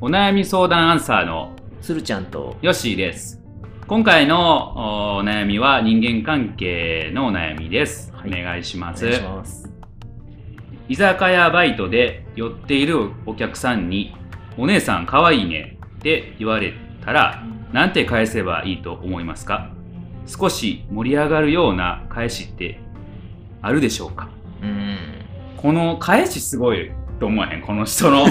お悩み相談アンサーの鶴ちゃんとヨッシーです。今回のおお悩みは人間関係のお悩みです。はいお願いしまおす願いします。居酒屋バイトで寄っているお客さんに「お姉さんかわいいね」って言われたらなんて返せばいいと思いますか少し盛り上がるような返しってあるでしょうかうん。この返しすごいと思わへんこの人 の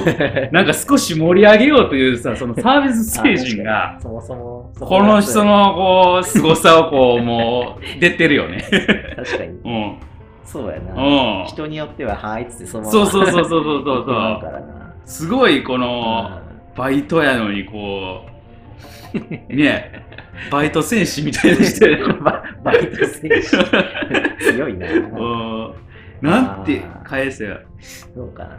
なんか少し盛り上げようというさそのサービス精神があ。確かにそもそも。そこの人がのこう、凄さをこう、もう、出てるよ ね。熱い。確かに。うん。そうやな。うん。人によっては、はいっつってそのまま。そうそう そうそううそうそうだそかう。らな。すごい、この、バイトやのに、こう、 ねバイト戦士みたいにしてる。うんバ バイト選手。強いな。うん。なんて返せよ。どうかな。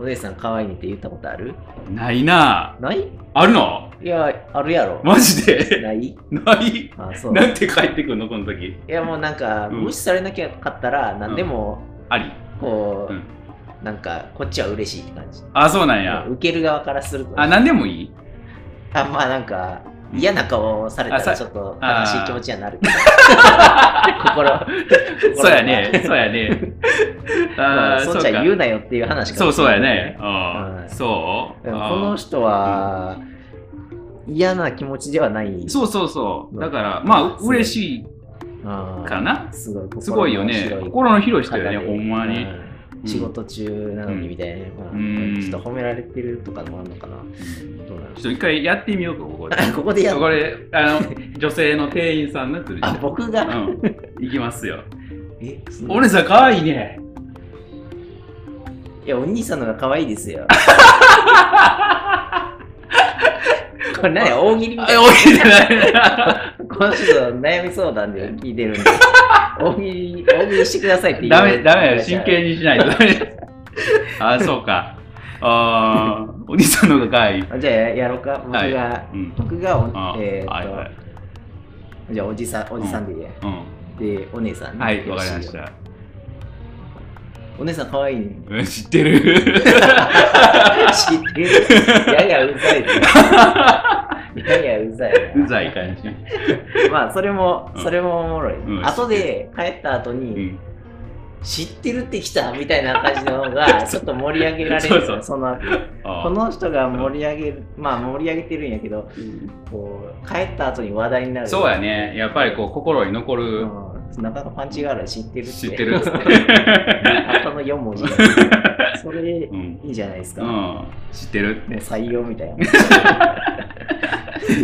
お姉さん可愛いねって言ったことあるないなないあるのいや、あるやろ。マジ でないないあ、そう。なんて返ってくんのこの時。いや、もうなんか、うん無視されなきゃかったら、何でも、あり。こうんう、なんか、こっちは嬉しいって感じ。あ、そうなんや。受ける側からすると。あ、なんでもいいあまあなんかうん嫌な顔をされたあさらちょっとあー悲しい気持ちになる 心心そうやね。そうや ね。まあ、そんちゃん言うななよっていう話かそもうしれそうなやいね。ううんんそうでもあーこの人は嫌な気持ちではないそうそうそう。うんだから、まあ、すごい嬉しいかかな。すごいすごいよね。心の広い人よね、ほんまに。うん仕事中なのにみたいな、まあうんちょっと褒められてるとかのもあるのかなどうなのちょっと一回やってみようか、ここで。 ここでやるこれ、あの、女性の店員さんの来るあ僕が、うん。いきますよ。えそのお姉さん、かわいいね。いやお兄さんのが可愛いで すよこれ何大喜利みたいあ、なおいじゃない。この人の悩み相談で聞いてるんで、 大喜利、大喜利してくださいって言ダ メ、ダメよ。真真剣にし ないと。あ、そうか。あーお兄さんの方がかわいい。に。じゃあやろうか、僕が、はいうん。僕があお、えーっと、はいはい。じゃあおじさん、おじさんでいいや、うで、お姉さんん。ね、はい、よわろかしいりよま した。お姉さん可愛いね。うん知ってる。知ってる。ややう ざいね。ややうざいな。うざい感じ。まあ、それも、それもおもろい。うん後で帰った後に、うん。知ってるってきたみたいな感じの 方が、ちょっと盛り上げられるよ。そうそうそのあーこの人が盛り上げる、まあ盛り上げてるんやけど、うんこう帰った後に話題になる。そうやね。やっぱりこう、心に残うる、ん。なかなかパンチがある知ってるって。知ってるっつって後の4 文字。それう、ん。いいじゃないですか。うもん。知ってるっうて。採用みた いな。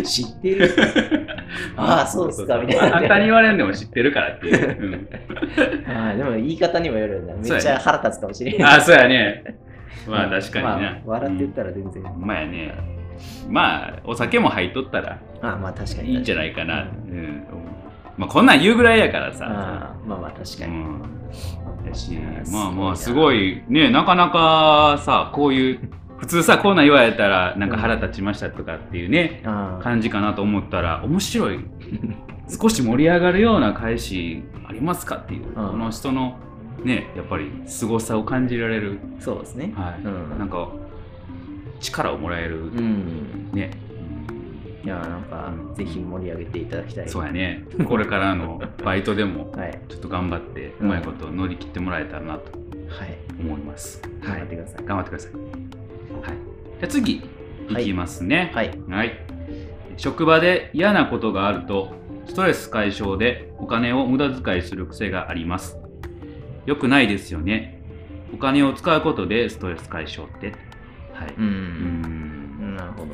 知ってる。 ああ、そうっすか、みたいな。簡単に言われんでも知ってるからっていう。ああでも言い方にもよるよそうね。やねめっちゃ腹立つかもしれ うん。ない。あー、そうやね。まあ、確かにまあね。笑って言ったら全然。ほんまやね。まあ、お酒も入っとったらまあまあ確かに。いいんじゃないいかな。うん。まあ、こんなん言うぐらいやからさ。ああまあまあ確かうに。ん。やしいやまあまあすすごごいねなかなかさこういう普通さこんなん言われたらなんか腹立ちましたとかっていうねああ感じかなと思ったら面白 い少し盛り上がるような返しありますかっていう、この人のねやっぱり凄さを感じられる、そうですね。はいうんなんか力をもらえる、うん。ね、いや、なんか、ぜひ盛り上げていただきたい。そうやねこれからのバイトでもはい。ちょっと頑張ってうまいこと乗り切ってもらえたらなとはい。思います。頑張ってください。頑張ってください。はい、じゃあ次いきますね、はい。はい職場で嫌なことがあるとストレス解消でお金を無駄遣いする癖があります。よくないですよね。お金を使うことでストレス解消って。はい。う。うんんなるほど。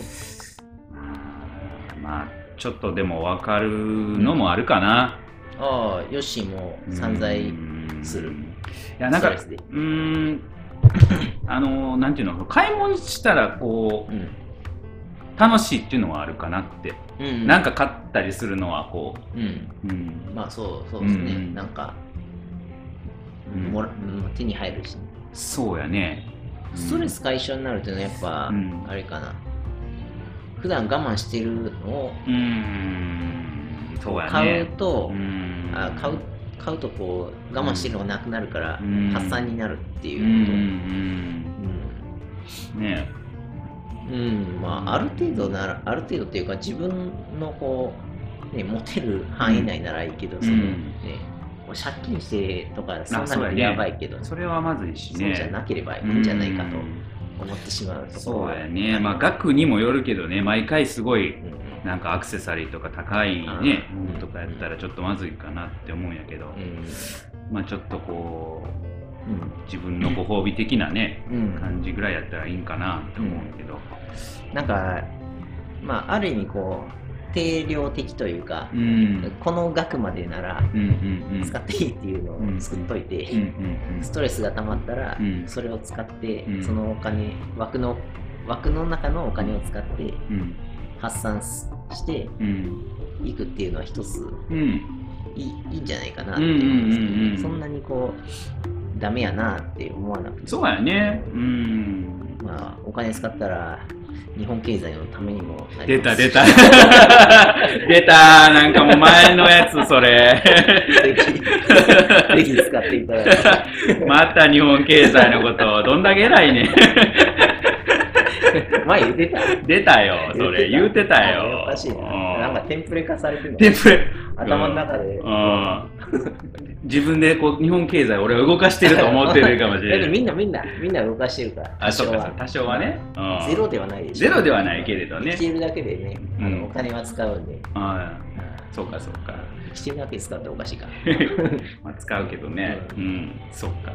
まあちょっとでも分かるのもあるかな。ああ、ヨッシーも散財するうん。いやなんかストレスでうーんあのなんていうの買い物したらこう。うん楽しいっていうのはあるかなって、うん。なんか買ったりするのはこうん。う、うんまあ、そう、そうですね。うんなんか、うんもらうん手に入るし、そうやねストレス解消になるというのは、やっぱ、うんあれかな。普段我慢してるのをうんうんそうや買うねと、うんあ買う買うとこう我慢してるのがなくなるから、うん発散になるってういんううこんと。うんうんねうん、まあ、ある程度なら、ある程度っていうか、自分のこう、ね、持てる範囲内ならいいけど、うんそのね、こう借金してとか、そんなそうのやはねやばいけど、それはまずいしそうじゃねなければいいんじゃないかとうん思ってしまうところそうがやねまあ額にもよるけどね毎回すごいうんうなんかアクセサリーとか高いあねーものとかやったらちょっとまずいかなって思うんやけど、んまあちょっとこう自分のご褒美的なねうんうん感じぐらいやったらいいんかなって思うんやけど、なんか、まあ、ある意味こう、定量的というかう、ん、この額までならうんうんうん使っていいっていうのを作っといて、うんうんストレスが溜まったら、うんそれを使って、うんそのお金枠の枠の中のお金を使ってうん発散すしてうんいくっていうのは一つうんうんいいいいんじゃないかなって思うんですけど、うんうんうんうんそんなにこうダメやなって思わなくてそうやねうんまあお金使ったら日本経済のためにもな出りまたすし出た出たなんかもう前のやつそれぜひ ぜひ使っていただいてまた日本経済のことどんだけ偉いね前言ってた出たよ、それ。言うてたよ。おかしいななんかテンプレ化されてるのテンプレ。頭の中で、うん自分でこう日本経済、俺は動かしてると思ってるかもし だれってない。みんなみんなみんな動かしてるからあ、そうか、そう多少はね。うんゼロではないでしょゼロではないけれどね生きてるだけでね、あうんのお金は使うんで、うんそうか、そう か。生きてるだけ使っておかしいからまあ、使うけどね。う、うんそうか。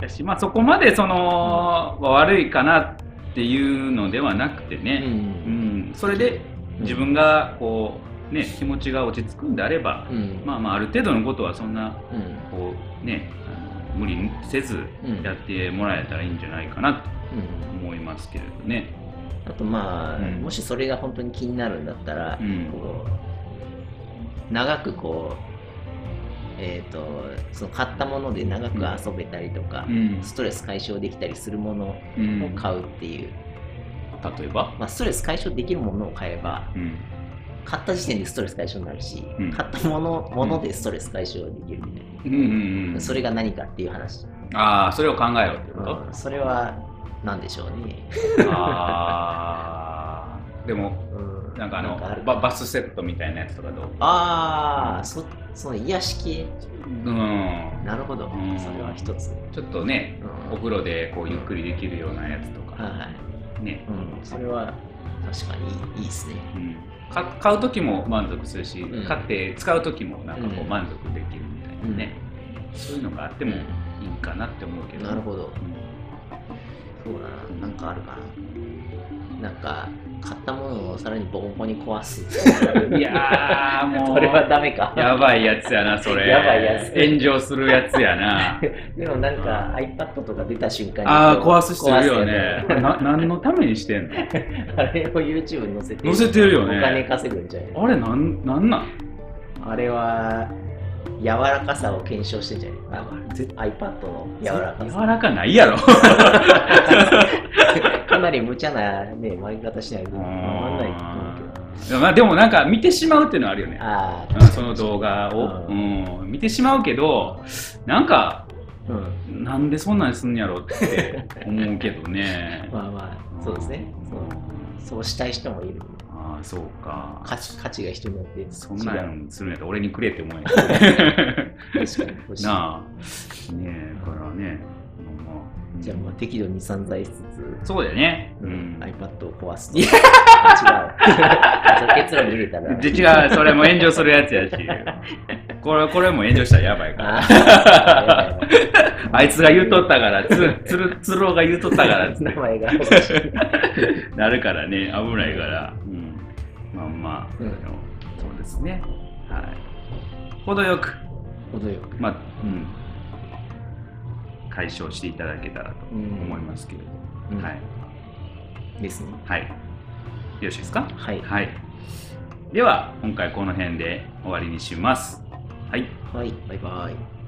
だし、まあ、そこまでその、悪いかなっていうのではなくてうね。うんん、それで自分がこう、ね、気持ちが落ち着くんであれば、うんまあまあ、ある程度のことはそんなうんこうねあの無理せずうんやってもらえたらいいんじゃないかなとうん思いますけれどね。あとまあ、うんもしそれが本当に気になるんだったら、うんこう長くこうえっ、とその買ったもので長く遊べたりとか、うんストレス解消できたりするものをうん買うっていう、例えば、まあ、ストレス解消できるものを買えばうん買った時点でストレス解消になるし、うん買ったものものでストレス解消できるみたいな、うんうんうん、それが何かっていう話、ああそれを考えろってこと、うんそれは何でしょうね、ああでもうんなんかあのあるババスセットみたいなやつとかどうあーそその癒し系うんなるほど、うんそれは一つ、ちょっとねうんお風呂でこうゆっくりできるようなやつとはいか、はい、ね、うん、それは確かにいいですねうん、か買う時も満足するし、うん買って使う時もなんかこううん満足できるみたいなね、そういうのがあってもいいかなって思うけど、なるほどうんそうだななんかあるかななんか買ったものをさらにボコボコに壊 すいやーもうそれはダメかやばいやつやなそれやばいやつ炎上するやつやなでもなんか iPad とか出た瞬間にああこう壊す人いるよね壊すこれな 何のためにしてんのよねあれを YouTube に載せて載せてるよねお金稼ぐんじゃないあれなんなんなんあれは柔らかさを検証してんじゃない絶 iPad の柔らか柔さらかないやろ かなり無茶なね曲げ方しないとう回んないと思うけどんまあでもなんか見てしまうっていうのはあるよねあうあんその動画を、ううん見てしまうけどなんかうんなんでそんなんすんやろって思うけど ねまあまあそうですねそうそうしたい人もいるああそうか価値価値が人によって違うそんなんするんやったら俺にくれって 思え確かに欲しいなあねえだからね、まあまあじゃあまあ適度に散財しつつそうだよね、ううんん、iPad を壊す。違う。そう結論ずれたら。で違うそれも炎上するやつやしこれこれも炎上したらやばいからあ ーやばいやあいつが言うとったからつつるつるおが言うとったからっつっばてい名前がおかしい。なるからね、危ないから。うん、まあまあ、うんあのそうですね。はい。程よく、程よく。まあ、うん、解消していただけたらと思いますけれど。うんはい。ですね。はい。よろしいですかはい。はい。では、今回この辺で終わりにします。はい。はい。バイバイ。